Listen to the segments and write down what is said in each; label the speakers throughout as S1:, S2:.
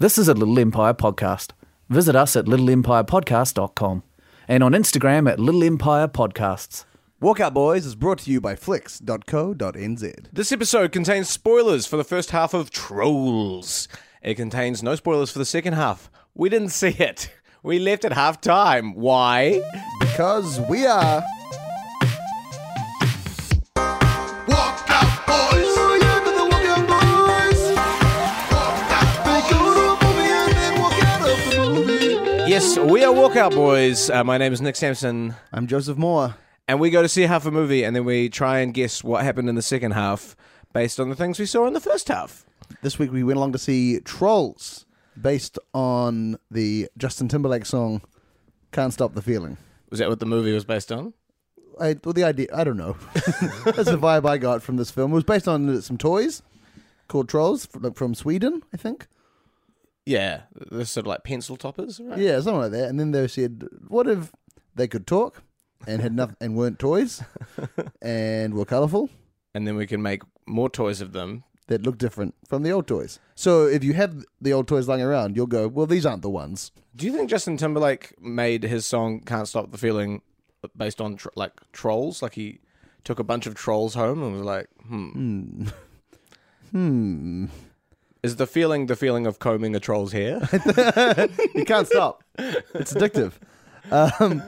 S1: This is a Little Empire podcast. Visit us at littleempirepodcast.com and on Instagram at Little Empire Podcasts.
S2: Walkout Boys is brought to you by flicks.co.nz.
S3: This episode contains spoilers for the first half of Trolls. It contains no spoilers for the second half. We didn't see it. We left at half time. Why?
S2: Because we are.
S3: Yes, we are Walkout Boys. Uh, my name is Nick Sampson,
S2: I'm Joseph Moore.
S3: and we go to see half a movie and then we try and guess what happened in the second half based on the things we saw in the first half.
S2: This week we went along to see Trolls, based on the Justin Timberlake song Can't Stop the Feeling.
S3: Was that what the movie was based on?
S2: I, well, the idea, I don't know. That's the vibe I got from this film. It was based on some toys called Trolls from, from Sweden, I think.
S3: Yeah, they're sort of like pencil toppers, right?
S2: Yeah, something like that. And then they said, "What if they could talk and had nothing and weren't toys and were colourful
S3: And then we can make more toys of them.
S2: that look different from the old toys?" So if you have the old toys lying around, you'll go, "Well, these aren't the ones."
S3: Do you think Justin Timberlake made his song "Can't Stop the Feeling" based on tr- like trolls? Like he took a bunch of trolls home and was like, "Hmm,
S2: Hmm.
S3: is the feeling the feeling of combing a troll's hair?"
S2: You can't stop. It's addictive. Um,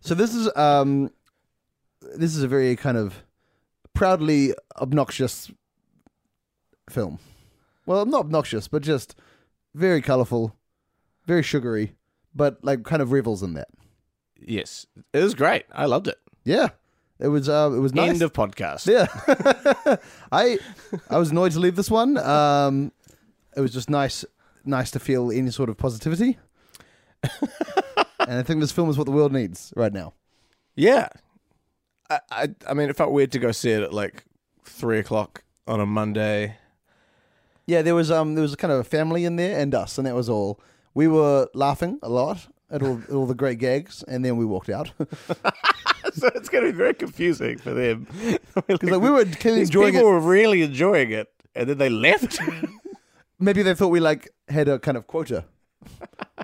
S2: so this is um, this is a very kind of proudly obnoxious film. Well, not obnoxious, but just very colourful, very sugary, but like kind of revels in that.
S3: yes, it was great. I loved it.
S2: Yeah, it was. Uh, it was nice.
S3: End of podcast.
S2: yeah, I I was annoyed to leave this one. Um, it was just nice, nice to feel any sort of positivity. and I think this film is what the world needs right now.
S3: Yeah, I, I, I mean, it felt weird to go see it at like three o'clock on a Monday.
S2: Yeah, there was um there was kind of a family in there and us, and that was all. We were laughing a lot at all, all the great gags, and then we walked out because
S3: So it's going to be very confusing for them.
S2: like, we were kind of
S3: These
S2: enjoying
S3: people
S2: it.
S3: were really enjoying it, and then they left.
S2: Maybe they thought we like had a kind of quota.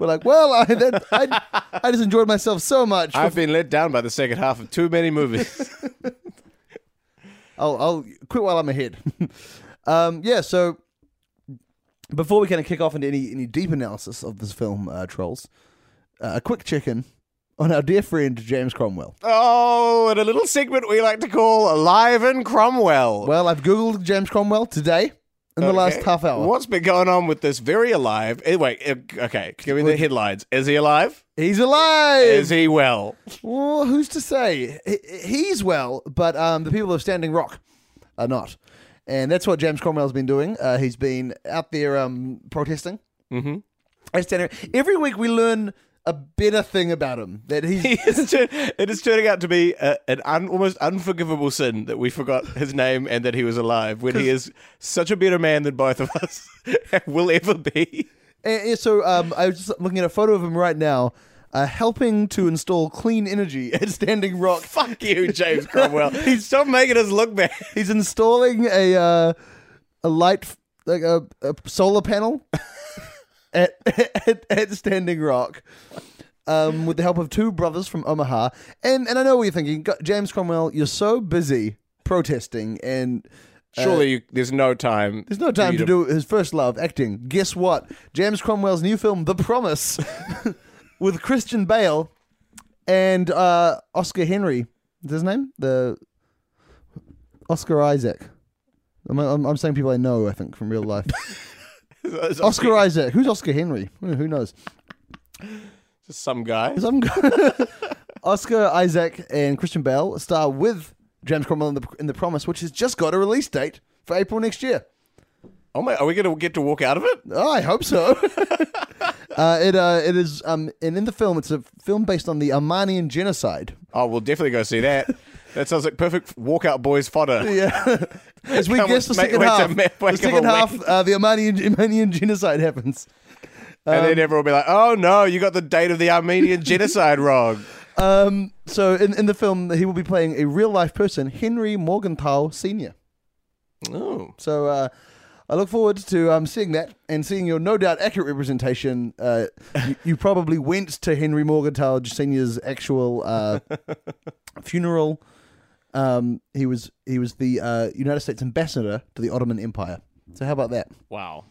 S2: We're like, well, I that, I, I just enjoyed myself so much.
S3: I've been let down by the second half of too many movies.
S2: I'll, I'll quit while I'm ahead. um, yeah, so before we kind of kick off into any, any deep analysis of this film, uh, Trolls, uh, a quick check in on our dear friend James Cromwell.
S3: Oh, and a little segment we like to call Alive in Cromwell.
S2: Well, I've Googled James Cromwell today in the last
S3: Okay.
S2: half hour.
S3: What's been going on with this very alive? eh, Wait, eh, okay, give me the headlines. Is he alive?
S2: He's alive!
S3: Is he well?
S2: Well, who's to say? He- He's well, but um, the people of Standing Rock are not. And that's what James Cromwell's been doing. Uh, he's been out there um, protesting. Mm-hmm. At Standing Rock. Every week we learn a better thing about him. That he's, eh,
S3: He is tu- it is turning out to be a, an un, almost unforgivable sin that we forgot his name and that he was alive when he is such a better man than both of us will ever be.
S2: And- and so um, I was just looking at a photo of him right now, uh, helping to install clean energy at Standing Rock.
S3: Fuck you, James Cromwell. He's stop making us look bad.
S2: He's installing a uh, a light, like a, a solar panel at, at at Standing Rock, um, with the help of two brothers from Omaha. And and I know what you're thinking, "God, James Cromwell. You're so busy protesting, and
S3: Surely you, there's no time.
S2: Uh, there's no time
S3: you
S2: to do his first love, acting. Guess what? James Cromwell's new film, The Promise, with Christian Bale and uh, Oscar Henry. Is his name the Oscar Isaac? I'm, I'm, I'm saying people I know, I think, from real life. Oscar Isaac. Who's Oscar Henry? Who who knows?
S3: some guy.
S2: Because I'm Oscar Isaac and Christian Bale star with James Cromwell in the, in the Promise, which has just got a release date for April next year.
S3: Oh my! Are we gonna get to walk out of it?
S2: Oh, I hope so. uh, it uh, it is um, and in the film, it's a film based on the Armenian genocide.
S3: Oh, we'll definitely go see that. That sounds like perfect walkout boys fodder.
S2: Yeah, as we
S3: Come
S2: guess the
S3: with- mate,
S2: second
S3: wait a
S2: half,
S3: minute,
S2: the
S3: wait a
S2: second half,
S3: minute.
S2: uh, the Armenian Armenian genocide happens.
S3: and then everyone will be like, "Oh no, you got the date of the Armenian genocide wrong."
S2: Um, so in in the film, he will be playing a real life person, Henry Morgenthau Senior.
S3: Oh,
S2: So uh, I look forward to um, seeing that and seeing your no doubt accurate representation. Uh, you, you probably went to Henry Morgenthau Senior's actual uh, funeral. Um, he was he was the uh, United States ambassador to the Ottoman Empire. So how about that?
S3: wow!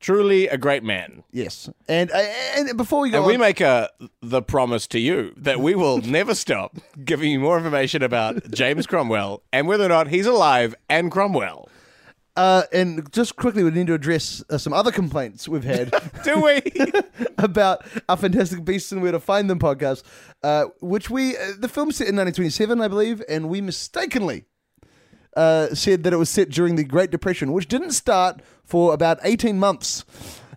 S3: Truly a great man.
S2: Yes, and uh, and before we go,
S3: And we
S2: on-
S3: make uh, the promise to you that we will never stop giving you more information about James Cromwell and whether or not he's alive and Cromwell.
S2: uh, and just quickly, we need to address uh, some other complaints we've had.
S3: Do we?
S2: about our Fantastic Beasts and Where to Find Them podcast, uh, which we uh, the film set in 1927, I believe, and we mistakenly uh, said that it was set during the Great Depression, which didn't start for about 18 months.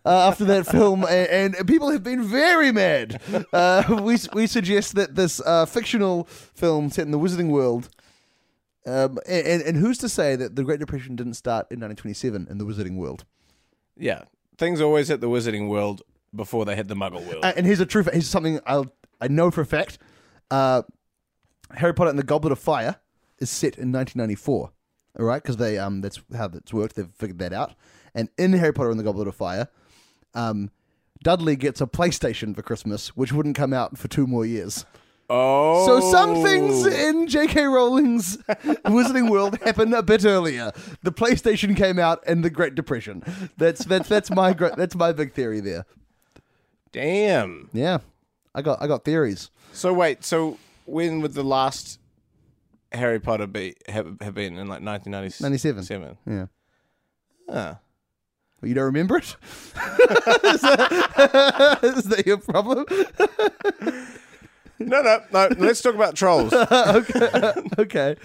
S2: Uh, after that film, and, and people have been very mad. Uh, we we suggest that this uh, fictional film set in the Wizarding World, um, and and- and who's to say that the Great Depression didn't start in 1927 in the Wizarding World?
S3: yeah, things always hit the Wizarding World before they hit the Muggle World.
S2: Uh, and here's a true. fa- Here's something I I know for a fact. Uh, Harry Potter and the Goblet of Fire is set in 1994. All right, because they um that's how that's worked. They've figured that out. And in Harry Potter and the Goblet of Fire, um, Dudley gets a PlayStation for Christmas, which wouldn't come out for two more years.
S3: oh,
S2: So some things in J.K. Rowling's Wizarding World happen a bit earlier. The PlayStation came out in the Great Depression. That's that's that's my gr- that's my big theory there.
S3: Damn.
S2: Yeah, I got I got theories.
S3: So wait, so when would the last Harry Potter be have, have been in like 1997?
S2: 97. Yeah.
S3: Ah.
S2: Well, you don't remember it? is, that- is that your problem?
S3: No, no, no. Let's talk about trolls.
S2: okay.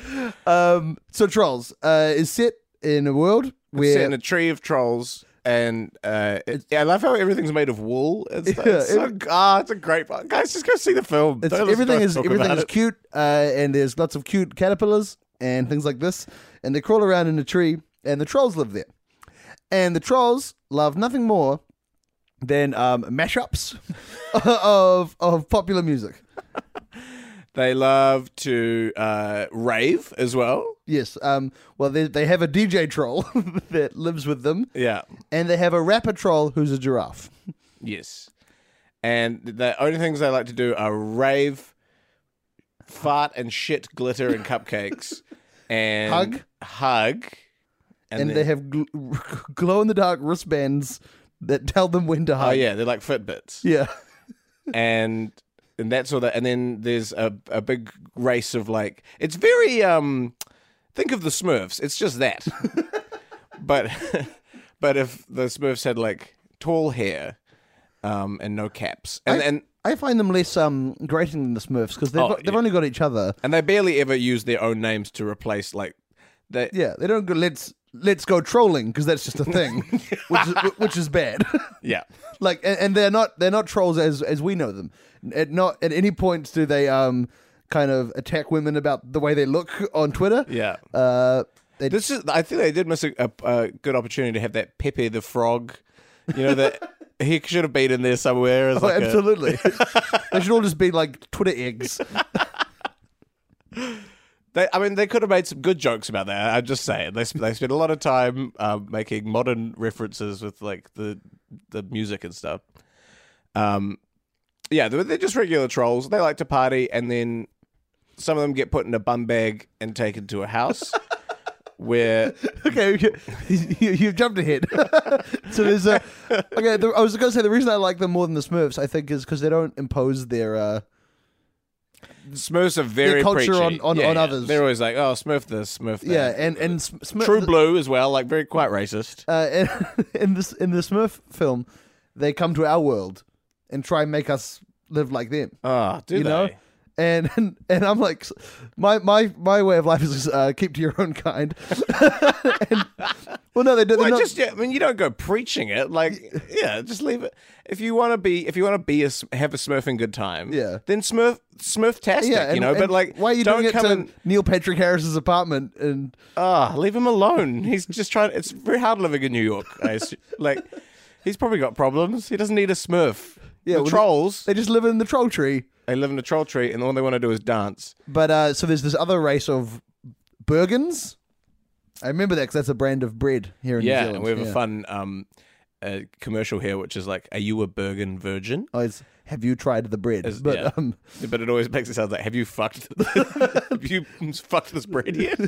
S2: Um, so Trolls uh, is set in a world where
S3: Set in a tree of trolls. And uh, it, yeah, I love how everything's made of wool. It's,
S2: Yeah,
S3: it's so,
S2: every-
S3: ah, it's a great part. Guys, just go see the film.
S2: it's,
S3: Don't listen to
S2: everything
S3: us
S2: is
S3: talk
S2: everything
S3: about
S2: is
S3: it.
S2: cute, uh, and there's lots of cute caterpillars and things like this, and they crawl around in a tree, and the trolls live there, and the trolls love nothing more than um, mashups of of popular music.
S3: They love to uh, rave as well.
S2: Yes. Um, well, they, they have a DJ troll that lives with them,
S3: Yeah.
S2: and they have a rapper troll who's a giraffe.
S3: Yes. And the only things they like to do are rave, fart and shit glitter and cupcakes, and
S2: Hug.
S3: hug,
S2: And,
S3: then-
S2: they have gl- glow in the dark wristbands that tell them when to hide.
S3: oh yeah, they're like Fitbits,
S2: Yeah.
S3: and and that's all that. And then there's a a big race of like it's very um, think of the Smurfs. It's just that, but but if the Smurfs had like tall hair, um, and no caps, and and
S2: I find them less um, grating than the Smurfs because they've,
S3: Oh,
S2: got- they've
S3: yeah.
S2: only got each other.
S3: and they barely ever use their own names to replace like they
S2: Yeah, they don't go, let's let's go trolling because that's just a thing, which is, which is bad.
S3: yeah.
S2: like and, and they're not they're not trolls as as we know them at not at any point do they um kind of attack women about the way they look on twitter
S3: Yeah.
S2: uh they just
S3: This is I think they did miss a, a, a good opportunity to have that Pepe the Frog. You know that he should have been in there somewhere as
S2: oh,
S3: like a-
S2: absolutely they should all just be like twitter eggs
S3: they, I mean, they could have made some good jokes about that. I'm just saying they sp- they spent a lot of time um, making modern references with like the the music and stuff. Um, yeah, they're, they're just regular trolls. They like to party, and then some of them get put in a bum bag and taken to a house where
S2: okay you, you, you've jumped ahead so there's a okay the, i was gonna say the reason i like them more than the smurfs i think is because they don't impose their uh
S3: Smurfs are very
S2: culture on-
S3: preachy.
S2: on- on others.
S3: They're always like, oh, Smurf this, Smurf that.
S2: yeah and and smurf
S3: uh, True Blue as well, like very quite racist.
S2: uh, in, in this in the Smurf film, they come to our world and try and make us live like them.
S3: Ah, do
S2: you know, and and, and I'm like, s- my my my way of life is uh, keep to your own kind. And- well, no, they do.
S3: Well,
S2: Well, not,
S3: just yeah, I mean, you don't go preaching it. Like, yeah, just leave it. If you want to be, if you want to be a s- have a Smurfing good time,
S2: Yeah.
S3: then Smurf Smurf tastic,
S2: yeah, and,
S3: you know. but
S2: and
S3: like,
S2: why are you
S3: don't
S2: doing it
S3: come
S2: to
S3: and
S2: Neil Patrick Harris's apartment? And
S3: ah, leave him alone. He's just trying. It's very hard living in New York. I assu- like, he's probably got problems. He doesn't need a Smurf.
S2: Yeah,
S3: the
S2: well,
S3: trolls.
S2: they just live in the troll tree.
S3: They live in a troll tree, and all they want to do is dance.
S2: But uh, so there's this other race of Bergens. I remember that because that's a brand of bread here in New
S3: Yeah,
S2: Zealand.
S3: and we have a fun um, uh, commercial here, which is like, "Are you a Bergen virgin?"
S2: Oh, it's, have you tried the bread?
S3: Is-
S2: but
S3: yeah.
S2: um,
S3: But it always makes it sound like, "Have you fucked? have you fucked this bread yet?"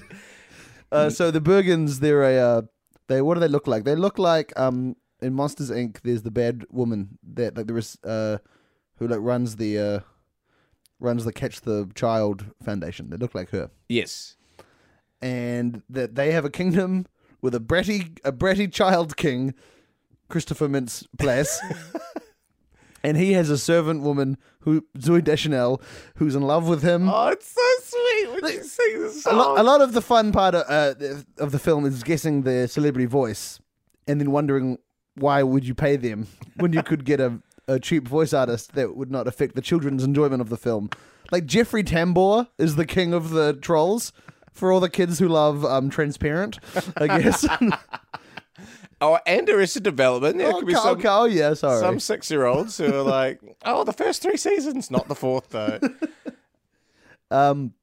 S2: uh, so the Bergens, they're a uh, they. What do they look like? They look like um in Monsters Inc. There's the bad woman that like there is uh who like runs the uh runs the Catch the Child Foundation. They look like her,
S3: yes.
S2: and that they have a kingdom with a bratty a bratty child king, Christopher Mintz Place. And he has a servant woman who Zoe Deschanel, who's in love with him.
S3: Oh, it's so sweet when you sing this
S2: a,
S3: song.
S2: lo- a lot of the fun part of, uh, th- of the film is guessing the celebrity voice and then wondering why would you pay them when you could get a, a cheap voice artist that would not affect the children's enjoyment of the film like jeffrey tambor is the king of the trolls for all the kids who love um, transparent i guess
S3: oh, and Arrested Development. There
S2: oh,
S3: could be
S2: Carl-
S3: some,
S2: Carl, yeah sorry
S3: some six-year-olds who are like, "Oh, the first three seasons, not the fourth, though."
S2: um,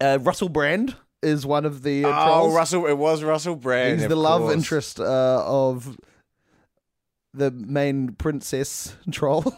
S2: uh, russell brand is one of the uh,
S3: oh,
S2: trolls
S3: Russell. It was Russell Brand.
S2: He's
S3: of
S2: the love
S3: course.
S2: interest uh, of the main princess troll.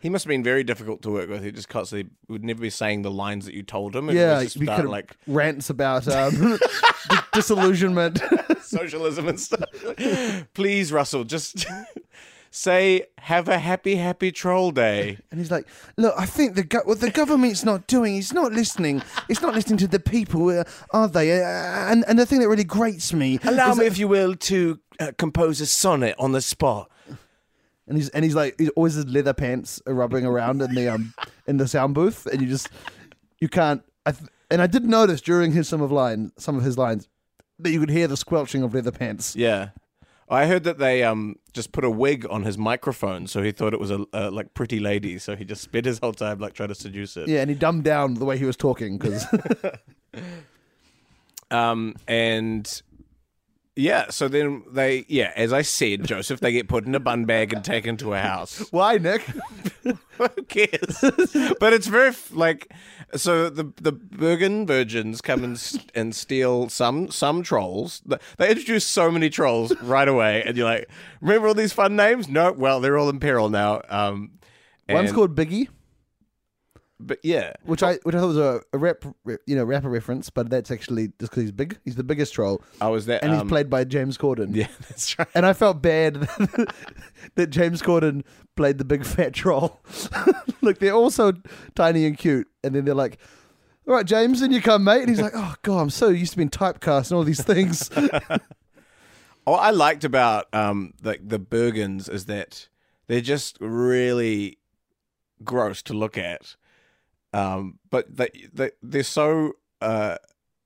S3: He must have been very difficult to work with. He just constantly would never be saying the lines that you told him. And
S2: yeah,
S3: was just
S2: we
S3: start,
S2: could
S3: like
S2: like rants about um, d- disillusionment.
S3: socialism and stuff. Please, Russell, just say have a happy, happy troll day.
S2: and he's like, "Look, I think the go- what the government's not doing. It's not listening. It's not listening to the people, uh, are they? Uh, and and the thing that really grates me.
S3: Allow me, if you will, to uh, compose a sonnet on the spot.
S2: And he's and he's like, he's always his leather pants are rubbing around in the um in the sound booth, and you just you can't. I th- and I did notice during his some of line some of his lines that you could hear the squelching of leather pants.
S3: Yeah. I heard that they um, just put a wig on his microphone, so he thought it was a, a like pretty lady. So he just spent his whole time like trying to seduce it.
S2: Yeah, and he dumbed down the way he was talking because
S3: Um, and yeah, so then they yeah, as I said, Joseph, they get put in a bun bag and taken to a house.
S2: why, Nick?
S3: Who cares? but it's very f- like so the the Bergen virgins come and s- and steal some some trolls. Th- They introduce so many trolls right away, and you're like, remember all these fun names? No, well they're all in peril now. Um,
S2: One's
S3: and-
S2: called Biggie,
S3: but yeah,
S2: which I which I thought was a, a rap, re- you know, rapper reference, but that's actually just because he's big. He's the biggest troll,
S3: I was that,
S2: and
S3: um,
S2: he's played by James Corden.
S3: Yeah, that's right.
S2: And I felt bad that James Corden played the big fat troll. Look, they're all so tiny and cute, and then they're like, "All right, James, in you come, mate." And he's like, "Oh God, I'm so used to being typecast and all these things."
S3: What I liked about um like the Bergens is that they're just really gross to look at. Um, but they they they're so uh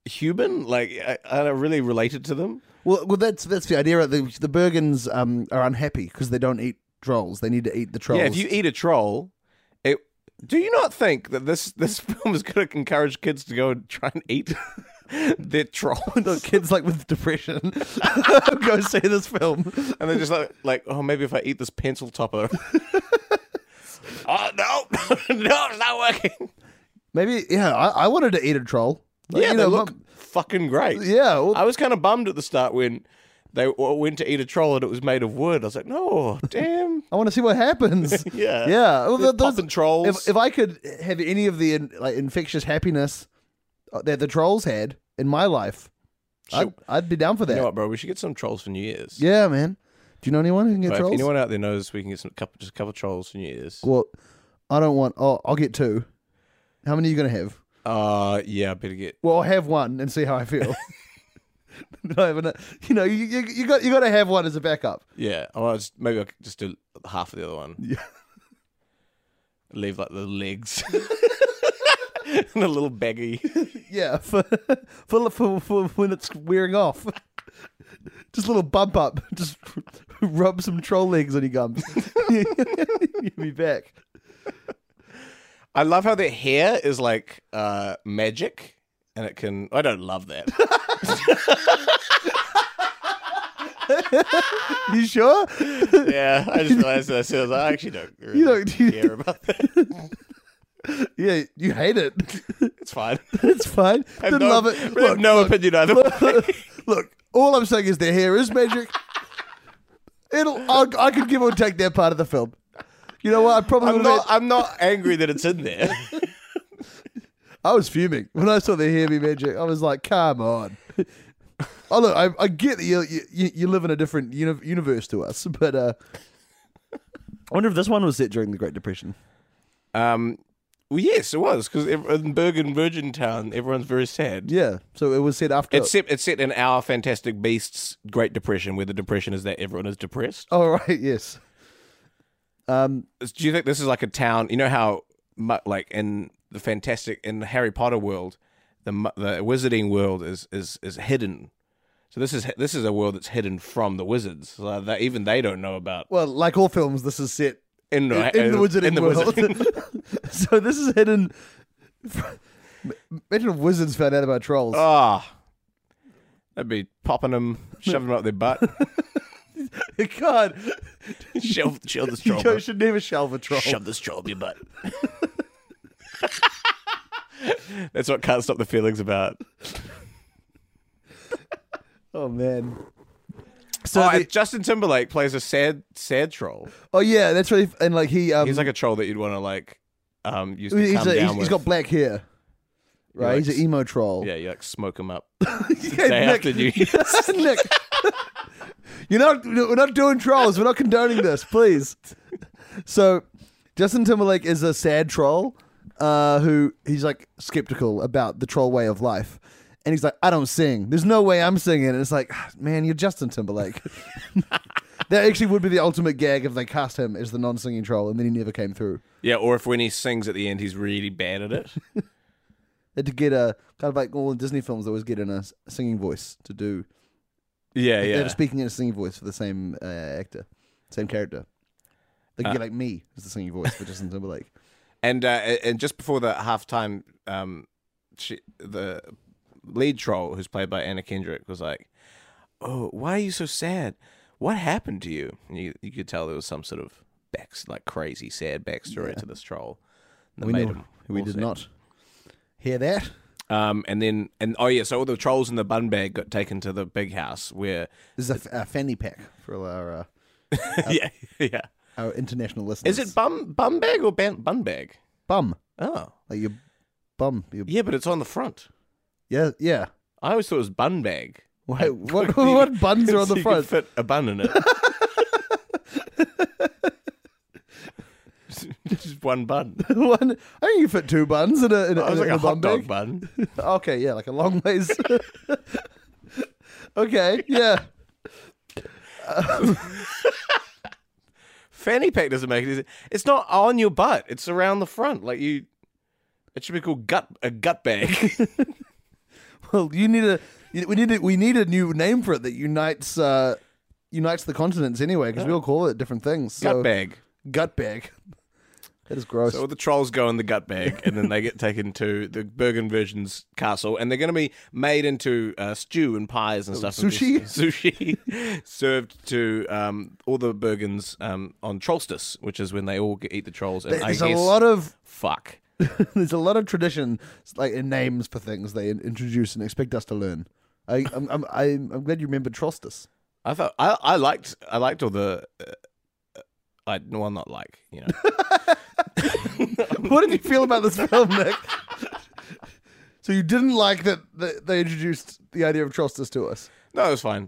S3: human. Like I, I really related to them.
S2: Well, well, that's that's the idea. right? The, the Bergens um, are unhappy because they don't eat trolls. They need to eat the trolls.
S3: Yeah, if you eat a troll, it. Do you not think that this this film is going to encourage kids to go and try and eat their troll?
S2: the kids like with depression, go see this film.
S3: And they're just like, like, oh, maybe if I eat this pencil topper. oh no, no, it's not working.
S2: Maybe yeah, I, I wanted to eat a troll. Like,
S3: yeah,
S2: you
S3: they
S2: know,
S3: look
S2: mum-
S3: fucking great.
S2: yeah, well,
S3: I was kind of bummed at the start when they w- went to eat a troll and it was made of wood. I was like, no, damn.
S2: I want to see what happens.
S3: Yeah.
S2: yeah. Well,
S3: They're
S2: th- those-
S3: popping trolls.
S2: If, if I could have any of the in, like infectious happiness uh, that the trolls had in my life, I'd,
S3: Sure.
S2: I'd be down for that.
S3: you know what, bro? We should get some trolls for New Year's.
S2: yeah, man. Do you know anyone who can get
S3: But if
S2: trolls?
S3: anyone out there knows we can get some couple, just a couple trolls for New Year's.
S2: Well, I don't want. Oh, I'll get two. How many are you going to have?
S3: Uh, yeah, I better get.
S2: Well, I'll have one and see how I feel. No, I haven't- you know, you, you, you got you got to have one as a backup.
S3: Yeah, oh, I'll just, maybe I could just do half of the other one.
S2: Yeah.
S3: Leave like the legs. and a little baggy.
S2: Yeah, for for, for for when it's wearing off. Just a little bump up. Just rub some troll legs on your gums. You'll be back.
S3: I love how their hair is like uh, magic, and it can. I don't love that.
S2: You sure?
S3: yeah, I just realized that. So I, was like, I actually don't. Really you
S2: don't-
S3: don't
S2: you-
S3: care about that.
S2: Yeah, you hate it.
S3: It's fine.
S2: It's fine.
S3: I have
S2: Didn't
S3: no,
S2: love it.
S3: really have no opinion either. way.
S2: Look, all I'm saying is their hair is magic. It'll. i I could give or take that part of the film. You know what? I probably
S3: I'm
S2: would
S3: not. I'm not angry that it's in there.
S2: I was fuming when I saw the hair be magic. I was like, come on. Oh look, I, I get that you, you you live in a different uni- universe to us, but uh, I wonder if this one was set during the Great Depression.
S3: Um. Well, yes, it was because in Bergen Virgin Town, everyone's very sad.
S2: Yeah, so it was set after.
S3: It's set, it's set in our Fantastic Beasts Great Depression, where the depression is that everyone is depressed.
S2: oh right, yes. Um,
S3: Do you think this is like a town? You know how, mu- like in the Fantastic in the Harry Potter world, the mu- the Wizarding world is is is hidden. So this is this is a world that's hidden from the wizards. So that even they don't know about
S2: well, like all films, this is set
S3: in,
S2: in, in the wizarding
S3: in the
S2: world.
S3: wizarding-
S2: so this is hidden. Imagine if wizards found out about trolls.
S3: Ah, they'd be popping them, shoving them up their butt.
S2: God,
S3: shove, shove this troll.
S2: you should never shelve a troll.
S3: Shove this troll up your butt. That's what can't stop the feelings about.
S2: Oh man. So
S3: So
S2: the-
S3: Oh, Justin Timberlake plays a sad, sad troll.
S2: Oh yeah, that's right. And like he, um,
S3: He's like a troll that you'd want to like um use to
S2: he's,
S3: calm
S2: a-
S3: down
S2: he's- he's
S3: with.
S2: got black hair, right?
S3: likes-
S2: he's an emo troll.
S3: yeah, you like smoke him up
S2: Yeah,
S3: day
S2: Nick.
S3: after New Year's.
S2: Nick, you're not. We're not doing trolls. We're not condoning this, please. So, Justin Timberlake is a sad troll, uh, who he's like skeptical about the troll way of life, and he's like, I don't sing. There's no way I'm singing. And it's like, "Ah, man, you're Justin Timberlake. that actually would be the ultimate gag if they cast him as the non-singing troll, and then he never came through.
S3: Yeah, or if when he sings at the end, he's really bad at it.
S2: had to get a kind of like all the Disney films always get in a s- singing voice to do.
S3: Yeah,
S2: They
S3: yeah.
S2: were speaking in a singing voice for the same uh, actor, same character. They
S3: Uh.
S2: could get like me as the singing voice for Justin Timberlake.
S3: And uh, and just before the halftime, um, she, the lead troll, who's played by Anna Kendrick, was like, "Oh, why are you so sad? What happened to you?" And you you could tell there was some sort of back like crazy sad backstory to this troll. that
S2: We
S3: made
S2: know-
S3: him
S2: we
S3: all
S2: did
S3: sad.
S2: not hear that.
S3: Um, and then and oh yeah, so all the trolls in the bun bag got taken to the big house where
S2: This is a, f- a fanny pack for our uh,
S3: yeah yeah
S2: our international listeners.
S3: is it bum bum bag or ban, bun bag?
S2: bum?
S3: Oh
S2: Like your bum? Your,
S3: yeah, but it's on the front.
S2: yeah, yeah.
S3: I always thought it was bun bag.
S2: Wait, what, what buns are on
S3: So
S2: the
S3: you
S2: front?
S3: could fit a bun in it. Just one bun.
S2: One, I think you fit two buns in a in a,
S3: I was
S2: in
S3: like
S2: in
S3: a
S2: bum
S3: hot dog
S2: bag.
S3: bun.
S2: Okay, yeah, like a long ways. okay, yeah.
S3: Fanny pack doesn't make it. Easy. It's not on your butt. It's around the front. Like you, it should be called gut a gut bag.
S2: Well, you need a you- we need a, we need a new name for it that unites uh unites the continents anyway because we all call it different things. So,
S3: gut bag.
S2: Gut bag. That is gross.
S3: So all the trolls go in the gut bag, and then they get taken to the Bergen Virgin's castle, and they're going to be made into uh, stew and pies and stuff.
S2: Oh, sushi?
S3: And sushi served to um, all the Bergens um, on Trollstis, which is when they all get, eat the trolls. And
S2: there's
S3: I
S2: a
S3: guess,
S2: lot of
S3: fuck.
S2: there's a lot of tradition like in names for things they in- introduce and expect us to learn. I I'm I'm, I'm, I'm glad you remembered Trostis.
S3: I thought I, I liked I liked all the. Uh, I well not like you know
S2: What did you feel about this film, Nick? So you didn't like that that they introduced the idea of Trostis to us.
S3: no it was fine.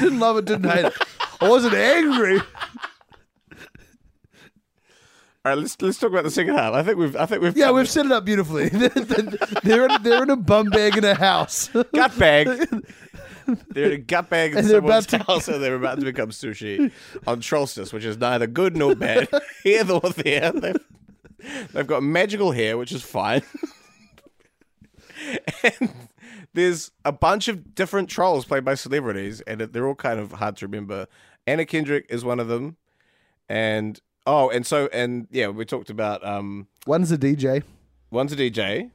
S2: Didn't love it, didn't hate it. I wasn't angry.
S3: All right, let's let's talk about the second half. I think we've I think we've
S2: Yeah, we've set it up beautifully. they're in, they're in a bum bag in a house.
S3: gut bag. They're in a gut bag in
S2: And they're
S3: someone's
S2: about to-
S3: house, and they're about to become sushi on Trollstis, which is neither good nor bad, here nor there. They've, they've got magical hair, which is fine. and there's a bunch of different trolls played by celebrities, and they're all kind of hard to remember. Anna Kendrick is one of them, and oh, and so and yeah, we talked about um,
S2: One's a DJ.
S3: one's a DJ,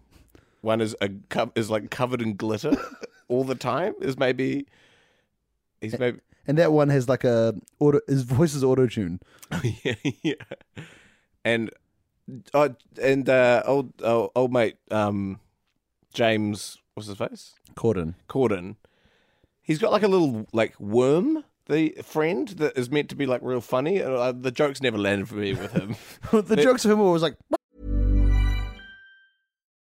S3: one is a co- is like covered in glitter all the time. Is maybe he's maybe
S2: And that one has like a auto his voice is auto tune.
S3: yeah, yeah. And uh, and uh, old, old old mate um, James, what's his face?
S2: Corden.
S3: Corden. He's got like a little like worm, the friend that is meant to be like real funny. and, Uh, the jokes never landed for me with him.
S2: the jokes of him were always like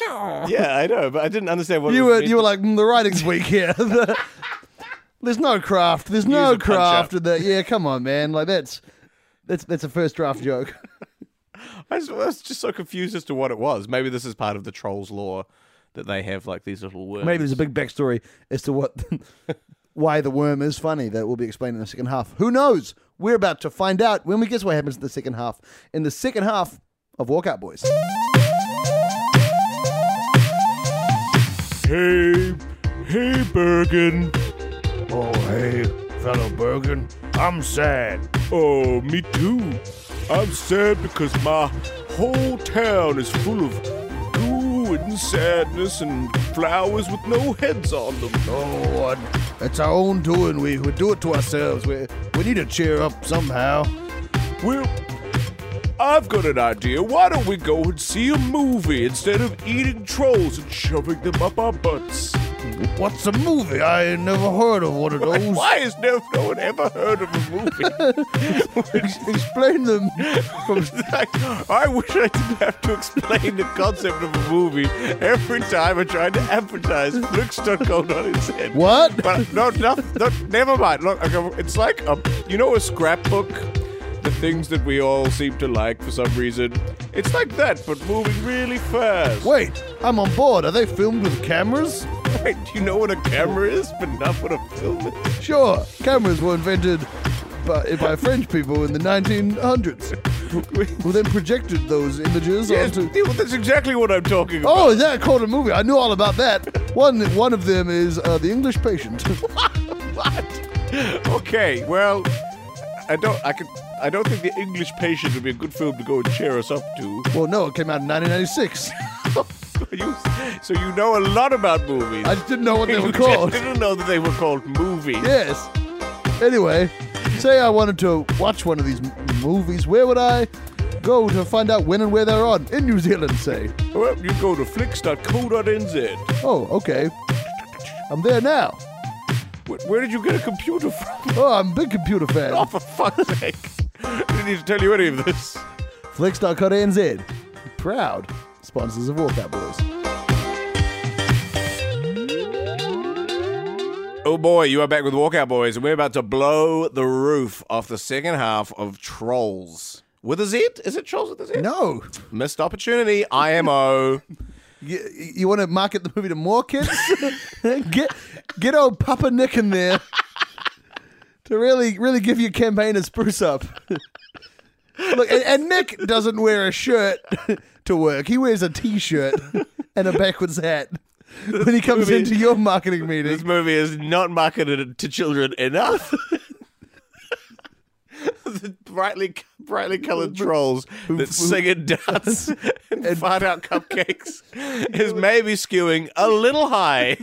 S3: yeah, I know, but I didn't understand what it
S2: you
S3: was
S2: were
S3: meant
S2: you were
S3: to-
S2: like mm, the writing's weak here. There's no craft. There's no
S3: a punch up.
S2: craft in that. Yeah, come on, man. Like that's that's that's a first draft joke.
S3: I was, I was just so confused as to what it was. Maybe this is part of the trolls' lore that they have like these little worms.
S2: Maybe there's a big backstory as to what why the worm is funny that will be explained in the second half. Who knows? We're about to find out when we guess what happens in the second half. In the second half of Walkout Boys.
S4: Hey, hey, Bergen. Oh, hey, fellow Bergen. I'm sad. Oh, me too. I'm sad because my whole town is full of goo and sadness and flowers with no heads on them.
S2: Oh, and it's our own doing. We, we do it to ourselves. We, we need to cheer up somehow.
S4: Well, I've got an idea. Why don't we go and see a movie instead of eating trolls and shoving them up our butts?
S2: What's a movie? I ain't never heard of one of those.
S4: Why has no, no one ever heard of a movie?
S2: Explain them. From,
S3: Like, I wish I didn't have to explain the concept of a movie every time I tried to advertise Flux.com on his head.
S2: What?
S3: But no, no, no never mind. Look, okay, it's like a, you know, a scrapbook. The things that we all seem to like for some reason. It's like that, but moving really fast.
S2: wait, I'm on board. Are they filmed with cameras?
S3: Wait, do you know what a camera is, but not what a film is?
S2: Sure, cameras were invented by, by French people in the 1900s, who then projected those images
S3: Yes,
S2: onto.
S3: well, that's exactly what I'm talking about.
S2: Oh, is that called a movie? I knew all about that. One, one of them is uh, the English Patient.
S3: What?
S2: Oh.
S3: Okay, well, I don't. I could. I don't think the English Patient would be a good film to go and cheer us up to.
S2: well, no, it came out in 1996.
S3: You- so you know a lot about movies.
S2: I just didn't know what they
S3: You
S2: were
S3: just
S2: called.
S3: didn't know that they were called movies.
S2: Yes. Anyway, say I wanted to watch one of these m- movies, where would I go to find out when and where they're on? In New Zealand, say.
S3: Well, you go to flicks.co.nz.
S2: Oh, okay. I'm there now.
S3: Where, where did you get a computer from?
S2: Oh, I'm a big computer fan.
S3: Oh, for fuck's sake! I didn't need to tell you any of this.
S2: Flicks.co.nz. Proud sponsors of Walkout Boys.
S3: Oh boy, you are back with Walkout Boys, and we're about to blow the roof off the second half of Trolls. With a Z? Is it Trolls with a Z?
S2: No.
S3: Missed opportunity, IMO.
S2: You, you want to market the movie to more kids? get, get old Papa Nick in there to really, really give your campaign a spruce up. Look, and, and Nick doesn't wear a shirt to work. He wears a t-shirt and a backwards hat when he comes
S3: Movie-
S2: into your marketing meeting.
S3: this movie is not marketed to children enough. the brightly, brightly colored trolls that sing and dance and, fart out cupcakes is maybe skewing a little high.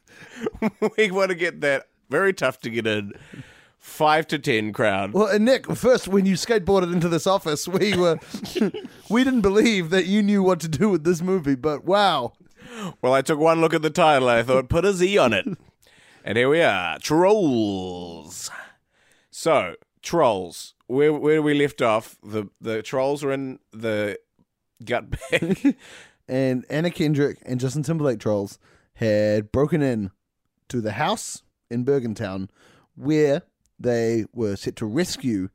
S3: we want to get that very tough to get in. Five to ten crowd.
S2: Well, and Nick, first when you skateboarded into this office, we were we didn't believe that you knew what to do with this movie, but wow.
S3: Well, I took one look at the title and I thought, put a Z on it. And here we are Trolls. So, Trolls. Where, where we left off, the, the trolls were in the gut bag
S2: and Anna Kendrick and Justin Timberlake trolls had broken in to the house in Bergentown where they were set to rescue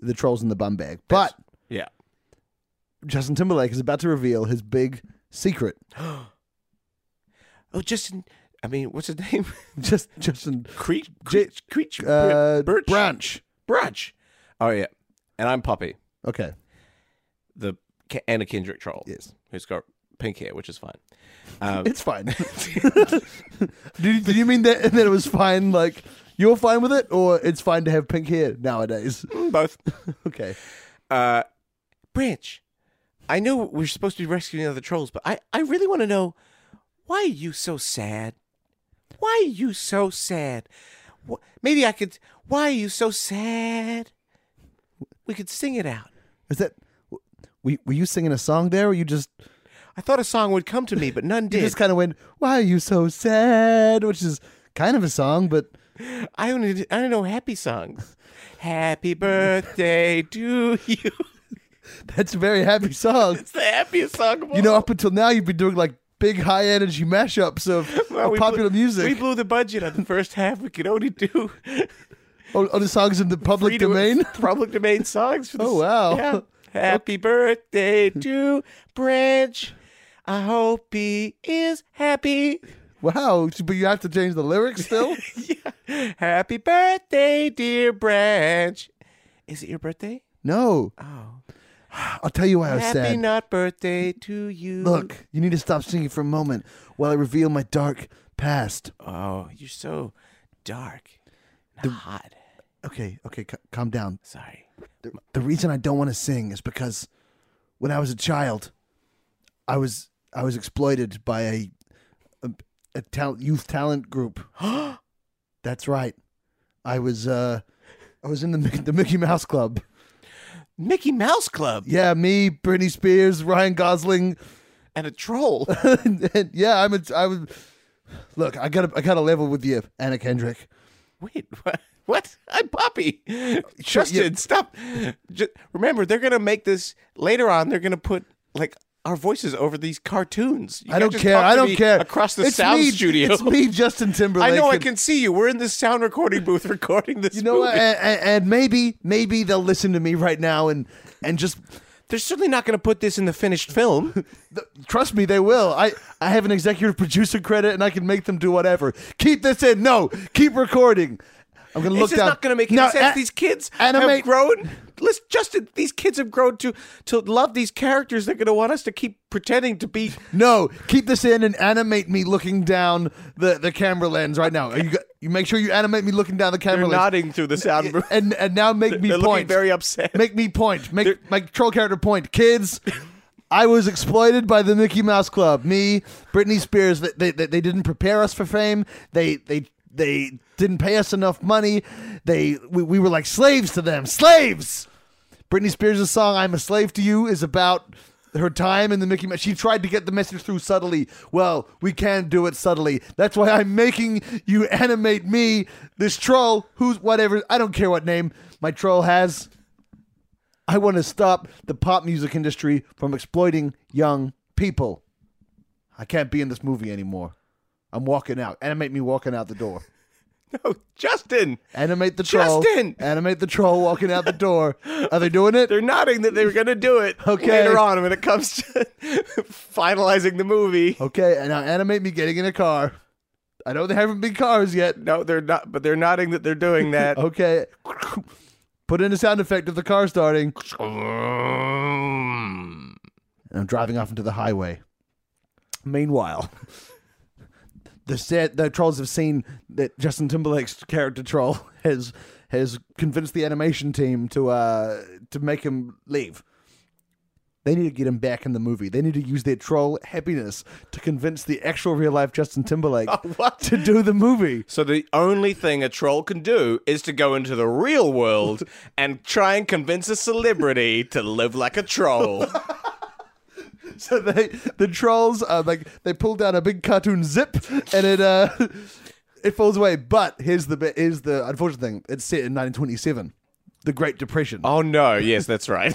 S2: the trolls in the bum bag. But
S3: Yeah.
S2: Justin Timberlake is about to reveal his big secret.
S3: Oh, Justin. I mean, what's his name?
S2: Just Justin
S3: Creech.
S2: J-
S3: Creech. Creech.
S2: uh,
S3: Birch.
S2: Branch.
S3: Branch. Oh yeah. And I'm Poppy,
S2: Okay.
S3: the Ke- Anna Kendrick troll.
S2: Yes.
S3: Who's got pink hair, which is fine. Um,
S2: It's fine. do, do you mean that that it was fine? Like you're fine with it, or it's fine to have pink hair nowadays?
S3: Mm, both.
S2: Okay.
S3: Uh, Branch. I know we're supposed to be rescuing other trolls, but I, I really want to know why are you so sad? Why are you so sad? Wh- maybe I could. Why are you so sad? We could sing it out.
S2: Is that were, were you singing a song there, or you just
S3: I thought a song would come to me, but none
S2: you
S3: did.
S2: just kind of went, "Why are you so sad?" Which is kind of a song, but
S3: I only I don't know happy songs. Happy birthday to you.
S2: that's a very happy song.
S3: It's the happiest song of all.
S2: You know, up until now, you've been doing like big high energy mashups of,
S3: Well,
S2: of
S3: we blew-
S2: popular
S3: We
S2: music.
S3: blew the budget on the first half. We could only do
S2: All, all the songs in the public
S3: free to-
S2: domain.
S3: public domain songs. For this.
S2: Oh, wow.
S3: Yeah. Happy birthday to Branch. I hope he is happy.
S2: Wow, but you have to change the lyrics still.
S3: yeah. Happy birthday, dear Branch. Is it your birthday?
S2: no,
S3: Oh.
S2: I'll tell you why I was
S3: Happy
S2: sad.
S3: not birthday to you.
S2: Look, you need to stop singing for a moment while I reveal my dark past.
S3: Oh, you're so dark. And hot.
S2: Okay, okay, c- calm down.
S3: Sorry.
S2: The, the reason I don't want to sing is because when I was a child, I was I was exploited by a a, a talent, youth talent group. That's right. I was uh I was in the Mic- the Mickey Mouse Club.
S3: Mickey Mouse Club
S2: Yeah, me, Britney Spears, Ryan Gosling.
S3: and a troll.
S2: and, and yeah, I'm a I was Look, I got to I got to level with you, Anna Kendrick.
S3: Wait, what? What? I'm Poppy.
S2: Sure,
S3: Justin, stop. Ju- remember, they're gonna make this later on. They're gonna put like our voices over these cartoons. You
S2: I
S3: can't
S2: don't
S3: just
S2: care.
S3: talk to
S2: I don't
S3: me
S2: care.
S3: Across the
S2: It's
S3: sound
S2: me-
S3: studio.
S2: It's me, Justin Timberlake.
S3: I know I
S2: and-
S3: can see you. We're in this sound recording booth recording this.
S2: You know what?
S3: movie.
S2: And, and, and maybe, maybe they'll listen to me right now and and just
S3: They're certainly not gonna put this in the finished film.
S2: th- trust me, they will. I I have an executive producer credit and I can make them do whatever. Keep this in. No, keep recording. I'm gonna look
S3: this
S2: down.
S3: is not going to make any
S2: Now,
S3: sense.
S2: a-
S3: these kids have
S2: animate-
S3: grown. Listen, Justin, these kids have grown to to love these characters. They're going to want us to keep pretending to be.
S2: No, keep this in and animate me looking down the, the camera lens right now. You got, you make sure you animate me looking down the camera
S3: They're
S2: lens.
S3: nodding through the sound booth.
S2: and and now make me
S3: They're looking
S2: point.
S3: very upset.
S2: Make me point. Make my troll character point. Kids, I was exploited by the Mickey Mouse Club. Me, Britney Spears. They they, they- they didn't prepare us for fame. They they they didn't pay us enough money. They we, we were like slaves to them. Slaves. Britney Spears' song "I'm a Slave to You" is about her time in the Mickey Mouse. She tried to get the message through subtly. Well, we can do it subtly. That's why I'm making you animate me, this troll, who's whatever. I don't care what name my troll has. I want to stop the pop music industry from exploiting young people. I can't be in this movie anymore. I'm walking out. Animate me walking out the door.
S3: Oh, Justin,
S2: Animate the troll.
S3: Justin!
S2: Animate the troll walking out the door. Are they doing it?
S3: they're nodding that they were going to do it.
S2: Okay.
S3: Later on, when it comes to finalizing the movie.
S2: Okay, and now animate me getting in a car. I know there haven't been cars yet.
S3: No, they're not. But they're nodding that they're doing that.
S2: Okay. Put in a sound effect of the car starting. And I'm driving off into the highway. Meanwhile, the set the trolls have seen that Justin Timberlake's character troll has has convinced the animation team to uh to make him leave. They need to get him back in the movie. They need to use their troll happiness to convince the actual real life Justin Timberlake
S3: what?
S2: to do the movie.
S3: So the only thing a troll can do is to go into the real world and try and convince a celebrity to live like a troll.
S2: So they the trolls uh, like they pull down a big cartoon zip and it uh it falls away. But here's the bit here's the unfortunate thing. It's set in 1927, the Great Depression.
S3: Oh no! Yes, that's right.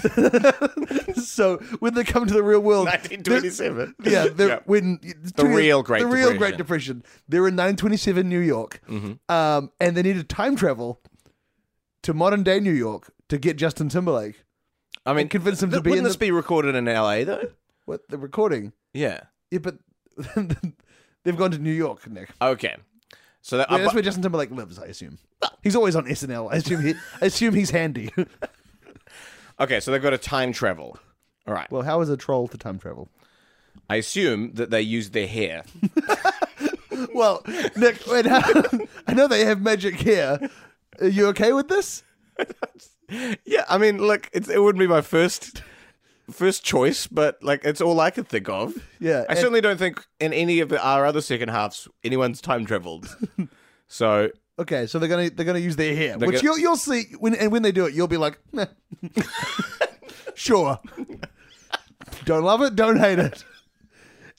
S2: so when they come to the real world,
S3: 1927.
S2: they're- yeah, they're, when
S3: The real Great
S2: the real Great
S3: Depression. Mm-hmm.
S2: Depression, they're in 927 New York, um, and they need to time travel to modern day New York to get Justin Timberlake.
S3: I mean,
S2: And convince them to
S3: th-
S2: be in
S3: Wouldn't this
S2: the-
S3: be recorded in LA though?
S2: What the recording?
S3: Yeah.
S2: Yeah, but they've gone to New York, Nick.
S3: Okay. So that,
S2: Yeah, that's where Justin Timberlake lives, I assume. He's always on SNL. I assume he, I assume he's handy.
S3: okay, so they've got to time travel. All right.
S2: well, how is a troll to time travel?
S3: I assume that they use their hair.
S2: Well, Nick, wait, how- I know they have magic here. Are you okay with this?
S3: yeah, I mean, look, it's, it wouldn't be my first first choice, but like it's all I could think of.
S2: Yeah,
S3: I
S2: and-
S3: certainly don't think in any of the, our other second halves anyone's time traveled. so
S2: Okay, so they're gonna they're gonna use their hair, which
S3: gonna-
S2: you'll you'll see when and when they do it, you'll be like, "Meh." sure. don't love it, don't hate it.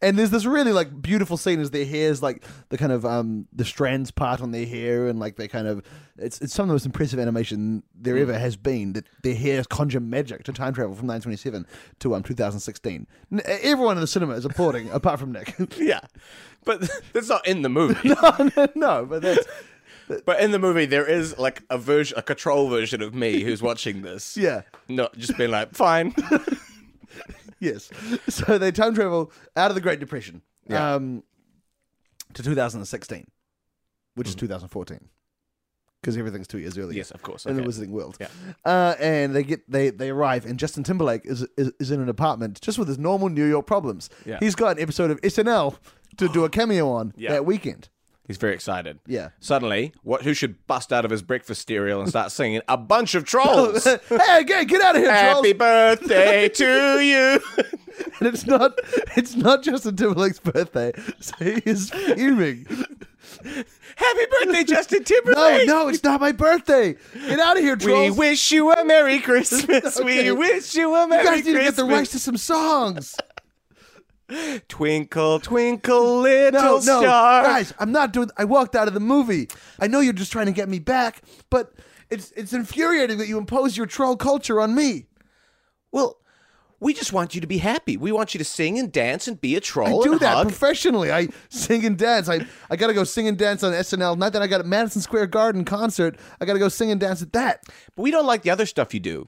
S2: And there's this really like beautiful scene as their hair's like the kind of um the strands part on their hair and like they kind of it's it's some of the most impressive animation there ever has been that their hair conjure magic to time travel from 927 to um 2016. N- everyone in the cinema is applauding apart from Nick.
S3: yeah, but that's not in the movie.
S2: no, but that's
S3: But in the movie, there is like a version, a control version of me who's watching this.
S2: Yeah.
S3: not just being like, fine.
S2: yes. So they time travel out of the Great Depression um, to 2016, which is 2014, because everything's two years earlier.
S3: Mm-hmm. Yes, of course,
S2: In the
S3: okay.
S2: Wizarding World. Yeah. Uh, and they get they they arrive, and Justin Timberlake is is, is in an apartment just with his normal New York problems.
S3: Yeah.
S2: He's got an episode of SNL to do a cameo on
S3: Yeah.
S2: that weekend.
S3: He's very excited.
S2: Yeah.
S3: Suddenly, what who should bust out of his breakfast cereal and start singing? A bunch of trolls.
S2: hey, get, get out of here, trolls!
S3: Happy birthday to you.
S2: and it's not it's not Justin Timberlake's birthday, so he is fuming.
S3: Happy birthday, Justin
S2: No,
S3: Timberlake.
S2: no, it's not my birthday. Get out of here,
S3: We
S2: trolls.
S3: wish you a Merry Christmas.
S2: Okay.
S3: We wish you a Merry
S2: you guys need to
S3: Christmas.
S2: get the rights to some songs.
S3: Twinkle, twinkle, little
S2: No, no,
S3: star.
S2: guys, I'm not doing. I walked out of the movie. I know you're just trying to get me back, but it's it's infuriating that you impose your troll culture on me.
S3: Well, we just want you to be happy. We want you to sing and dance and be a
S2: I
S3: troll
S2: do
S3: and
S2: that
S3: hug.
S2: professionally. I sing and dance. I I gotta go sing and dance on SNL. Not that I got a Madison Square Garden concert. I gotta go sing and dance at that.
S3: but we don't like the other stuff you do.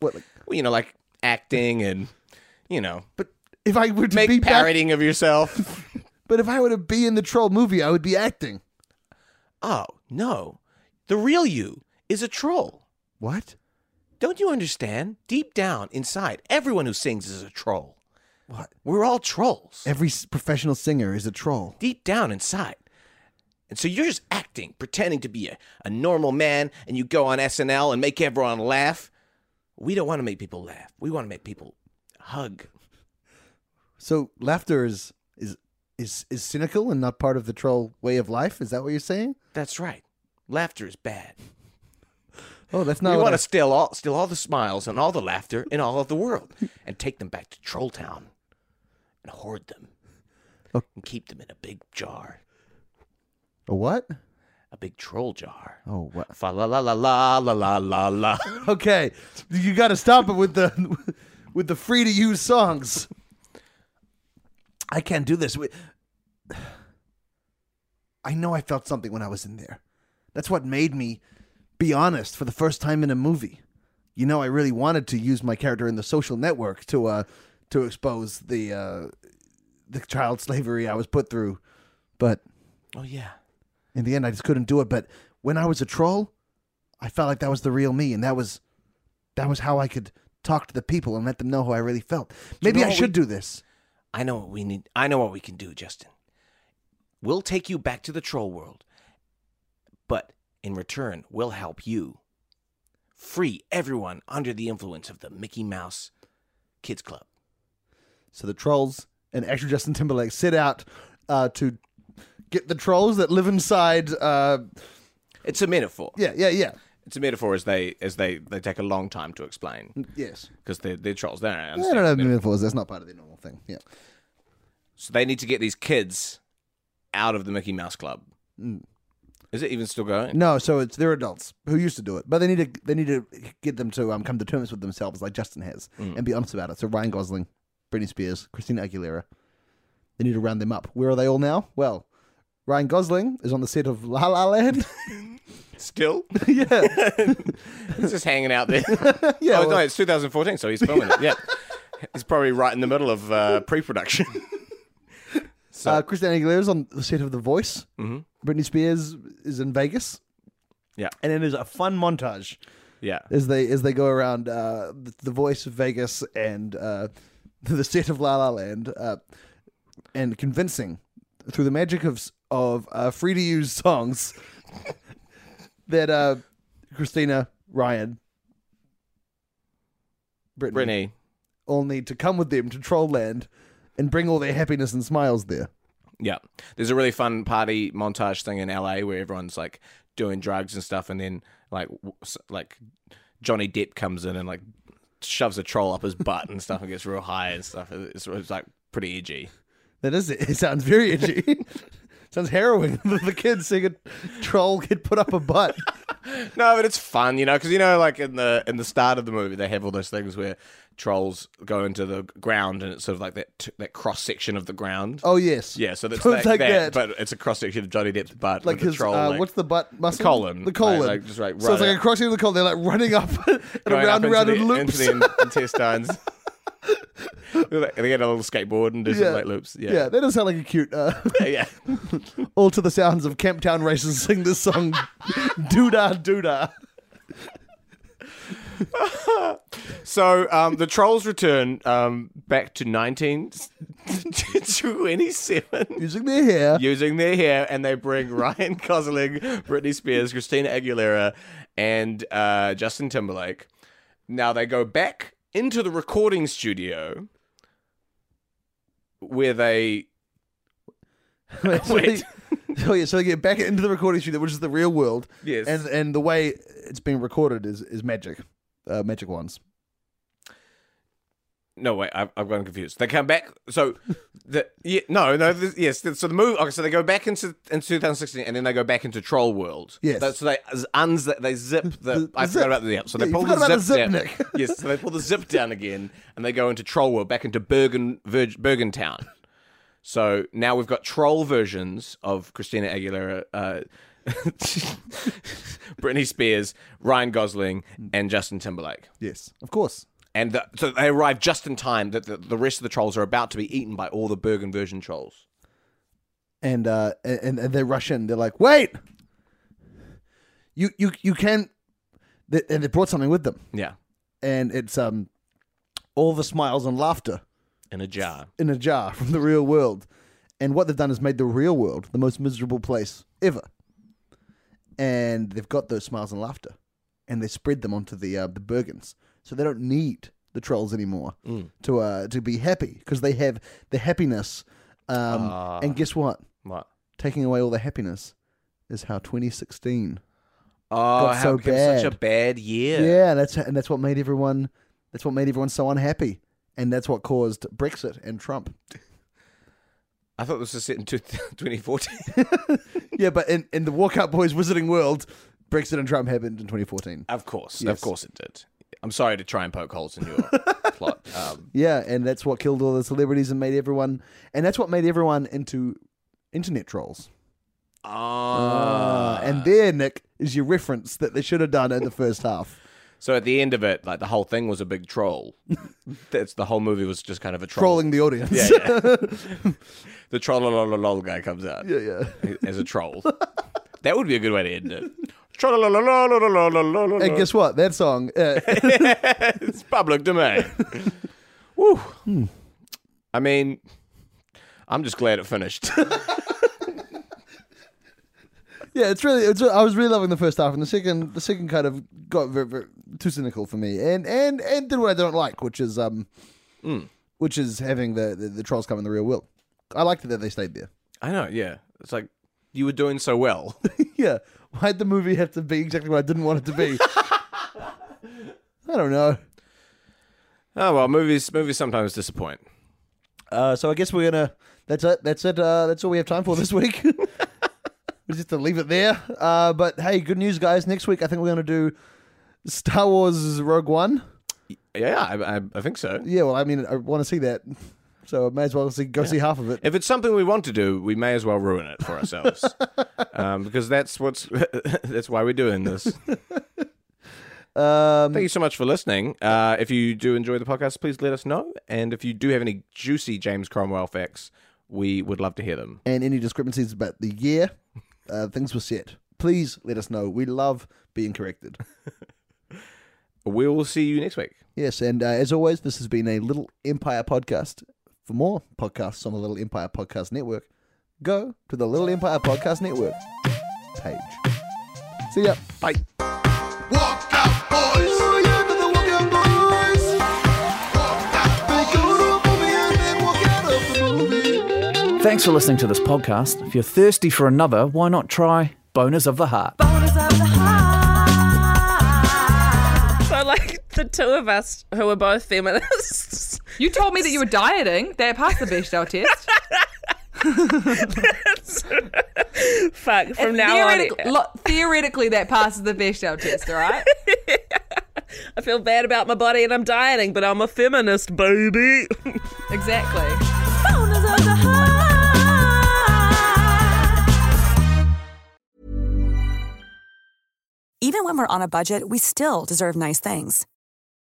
S2: What? Like,
S3: Well, you know, like acting and you know,
S2: but if I were to
S3: make
S2: be back-
S3: parodying of yourself.
S2: but if I were to be in the troll movie, I would be acting.
S3: oh no, the real you is a troll.
S2: What?
S3: Don't you understand? Deep down inside, everyone who sings is a troll.
S2: What?
S3: We're all trolls.
S2: Every s- professional singer is a troll.
S3: deep down inside. And so you're just acting, pretending to be a, a normal man, and you go on SNL and make everyone laugh. We don't want to make people laugh. We want to make people hug.
S2: So laughter is is is is cynical and not part of the troll way of life. Is that what you're saying?
S3: That's right. Laughter is bad.
S2: Oh, that's
S3: we
S2: not. What
S3: want
S2: I,
S3: to steal all, steal all the smiles and all the laughter in all of the world and take them back to Troll Town and hoard them
S2: Oh.
S3: and keep them in a big jar,
S2: a what?
S3: a big troll jar.
S2: Oh, what?
S3: Fa la la la la la la la la.
S2: Okay, you got to stop it with the with the free to use songs. I can't do this. We- I know I felt something when I was in there. That's what made me be honest for the first time in a movie. You know, I really wanted to use my character in the social network to uh to expose the uh the child slavery I was put through, but
S3: Oh, yeah.
S2: in the end, I just couldn't do it. But when I was a troll, I felt like that was the real me, and that was that was how I could talk to the people and let them know how I really felt. Maybe
S3: know
S2: I
S3: what
S2: should
S3: we-
S2: do this.
S3: I know what we need. I know what we can do, Justin. We'll take you back to the troll world, but in return, we'll help you free everyone under the influence of the Mickey Mouse Kids Club.
S2: So the trolls and actor Justin Timberlake set out uh, to get the trolls that live inside. Uh,
S3: It's a metaphor.
S2: yeah, yeah, yeah.
S3: It's a metaphor as they as they they take a long time to explain
S2: Yes.
S3: because they're they're trolls. They don't
S2: I
S3: understand.
S2: don't have
S3: metaphor.
S2: metaphors. That's not part of the normal thing. Yeah. Mm.
S3: So they need to get these kids out of the Mickey Mouse Club. Is it even still going?
S2: No, so it's they're adults who used to do it, but they need to they need to get them to um, come to terms with themselves, like Justin has,
S3: Mm.
S2: and be honest about it. So Ryan Gosling, Britney Spears, Christina Aguilera, they need to round them up. Where are they all now? Well, Ryan Gosling is on the set of La La Land.
S3: Still?
S2: yeah,
S3: He's just hanging out there.
S2: yeah.
S3: oh, no,
S2: well,
S3: it's 2014, so he's filming it. Yeah. He's probably right in the middle of uh, pre production.
S2: uh, Christina Aguilera is on the set of The Voice. Mm-hmm. Britney Spears is in Vegas.
S3: Yeah.
S2: and it is a fun montage.
S3: yeah.
S2: as they as they go around uh, the, the voice of Vegas and uh, the set of La La Land, uh, and convincing through the magic of s- of uh, free to use songs that uh, Christina Ryan. Brittany,
S3: Brittany.
S2: all need to come with them to Troll Land and bring all their happiness and smiles there.
S3: Yeah. There's a really fun party montage thing in LA where everyone's like doing drugs and stuff and then like w- s- like Johnny Depp comes in and like shoves a troll up his butt and stuff and gets real high and stuff. It's, it's like pretty edgy.
S2: That is it. It sounds very edgy. sounds harrowing. the kids seeing a troll get put up a butt.
S3: No, but it's fun, you know, because you know, like in the in the start of the movie, they have all those things where trolls go into the ground and it's sort of like that t- that cross section of the ground.
S2: Oh yes.
S3: yeah, so that's
S2: So
S3: like,
S2: it's like that.
S3: that, but it's a cross section of Johnny Depp's butt,
S2: like
S3: with the
S2: his
S3: troll,
S2: uh,
S3: like,
S2: what's the butt muscle?
S3: colon.
S2: The colon.
S3: Like- like just, like,
S2: so it's
S3: right
S2: like
S3: up.
S2: a crossing of the colon. They're like running up and
S3: going
S2: around
S3: up
S2: and around
S3: into
S2: in
S3: the-
S2: loops.
S3: into the in- intestines. they get a little skateboard and do some like loops. Yeah,
S2: that does sound like a cute. Uh,
S3: yeah.
S2: all to the sounds of Camptown Racers sing this song, doodah doodah.
S3: So um, the trolls return um, back to 1927
S2: Using their hair.
S3: using their hair, and they bring Ryan Gosling, Britney Spears, Christina Aguilera, and uh, Justin Timberlake. Now they go back into the recording studio where they
S2: Wait, so
S3: Wait.
S2: they- oh yeah, so they get back into the recording studio, which is the real world.
S3: Yes.
S2: And and the way it's being recorded is is magic, uh, magic wands.
S3: No, wait, I've, I've gotten confused. They come back. So, the yeah, no, no, this, yes. th- So the movie. Okay, so they go back into in 2016, and then they go back into Troll World.
S2: Yes.
S3: That's so they z- unzip. They zip the.
S2: The-
S3: I
S2: the
S3: forgot
S2: zip.
S3: about the zip. So
S2: Yeah,
S3: they
S2: you
S3: pull the
S2: forgot
S3: zip,
S2: about the zip,
S3: down.
S2: Nick.
S3: yes. So they pull the zip down again, and they go into Troll World, back into Bergen Virg, Bergen Town. So now we've got troll versions of Christina Aguilera, uh, Britney Spears, Ryan Gosling, and Justin Timberlake.
S2: Yes, of course.
S3: And the, so they arrive just in time that the, the rest of the trolls are about to be eaten by all the Bergen version trolls.
S2: and uh and, and they rush in. They're like, "Wait, you you you can," they, and they brought something with them,
S3: Yeah.
S2: and it's um all the smiles and laughter
S3: In a jar.
S2: in a jar from the real world. And what they've done is made the real world the most miserable place ever. And they've got those smiles and laughter, and they spread them onto the uh, the Bergens, so they don't need the trolls anymore to uh to be happy because they have the happiness. Um, and guess what?
S3: What?
S2: taking away all the happiness is how 2016.
S3: Oh,
S2: Got
S3: how
S2: so
S3: it was such a
S2: bad.
S3: bad year.
S2: Yeah. that's and that's what made everyone. That's what made everyone so unhappy, and that's what caused Brexit and Trump.
S3: I thought this was set in two- 2014.
S2: yeah, but in, in the Walkout Boys Wizarding World, Brexit and Trump happened in 2014.
S3: of course. Of
S2: Yes.
S3: course it did. I'm sorry to try and poke holes in your plot. Um,
S2: Yeah, and that's what killed all the celebrities and made everyone, and that's what made everyone into internet trolls.
S3: ah.
S2: Uh, and there, Nick, is your reference that they should have done in the first half.
S3: so at the end of it, like the whole thing was a big troll. That's the whole movie was just kind of a troll.
S2: Trolling the audience.
S3: Yeah, yeah. the troll lol lol lol guy comes out.
S2: yeah, yeah.
S3: as a troll. that would be a good way to end it. Troll-la-la-la-la-la-la-la-la-la.
S2: And guess what? That song, uh,
S3: it's public domain. Woo.
S2: Hmm.
S3: I mean, I'm just glad it finished.
S2: Yeah, it's really. It's, I was really loving the first half, and the second, the second kind of got very, very, too cynical for me, and and and did what I don't like, which is um, which is having the, the the trolls come in the real world. I liked it that they stayed there.
S3: I know, yeah. It's like you were doing so well.
S2: yeah, why'd the movie have to be exactly what I didn't want it to be? I don't know.
S3: oh well, movies movies sometimes disappoint.
S2: Uh, so I guess we're gonna. That's it. That's it. Uh, that's all we have time for this week. we just have to leave it there. Uh, but hey, good news, guys. Next week, I think we're going to do Star Wars Rogue One.
S3: Yeah, I, I, I think so.
S2: Yeah, well, I mean, I want to see that, so I may as well see, go see half of it.
S3: If it's something we want to do, we may as well ruin it for ourselves, um, because that's what's that's why we're doing this.
S2: Um,
S3: Thank you so much for listening. Uh, if you do enjoy the podcast, please let us know. And if you do have any juicy James Cromwell facts, we would love to hear them.
S2: and any discrepancies about the year uh, things were set, please let us know. We love being corrected.
S3: We will see you next week.
S2: Yes, and uh, as always, this has been a Little Empire podcast. For more podcasts on the Little Empire Podcast Network, go to the Little Empire Podcast Network page. See ya. Bye.
S5: Walk out, boys. Walk out,
S1: Thanks for listening to this podcast. If you're thirsty for another, why not try Boners of the Heart?
S6: So, like, the two of us who are both feminists,
S7: You told me that you were dieting. They passed the Bechdel test.
S6: fuck, from now on,
S7: Theoretic- lo- theoretically, that passes the Bechdel test, all right?
S6: I feel bad about my body and I'm dieting, but I'm a feminist, baby.
S7: Exactly.
S8: Even when we're on a budget, we still deserve nice things.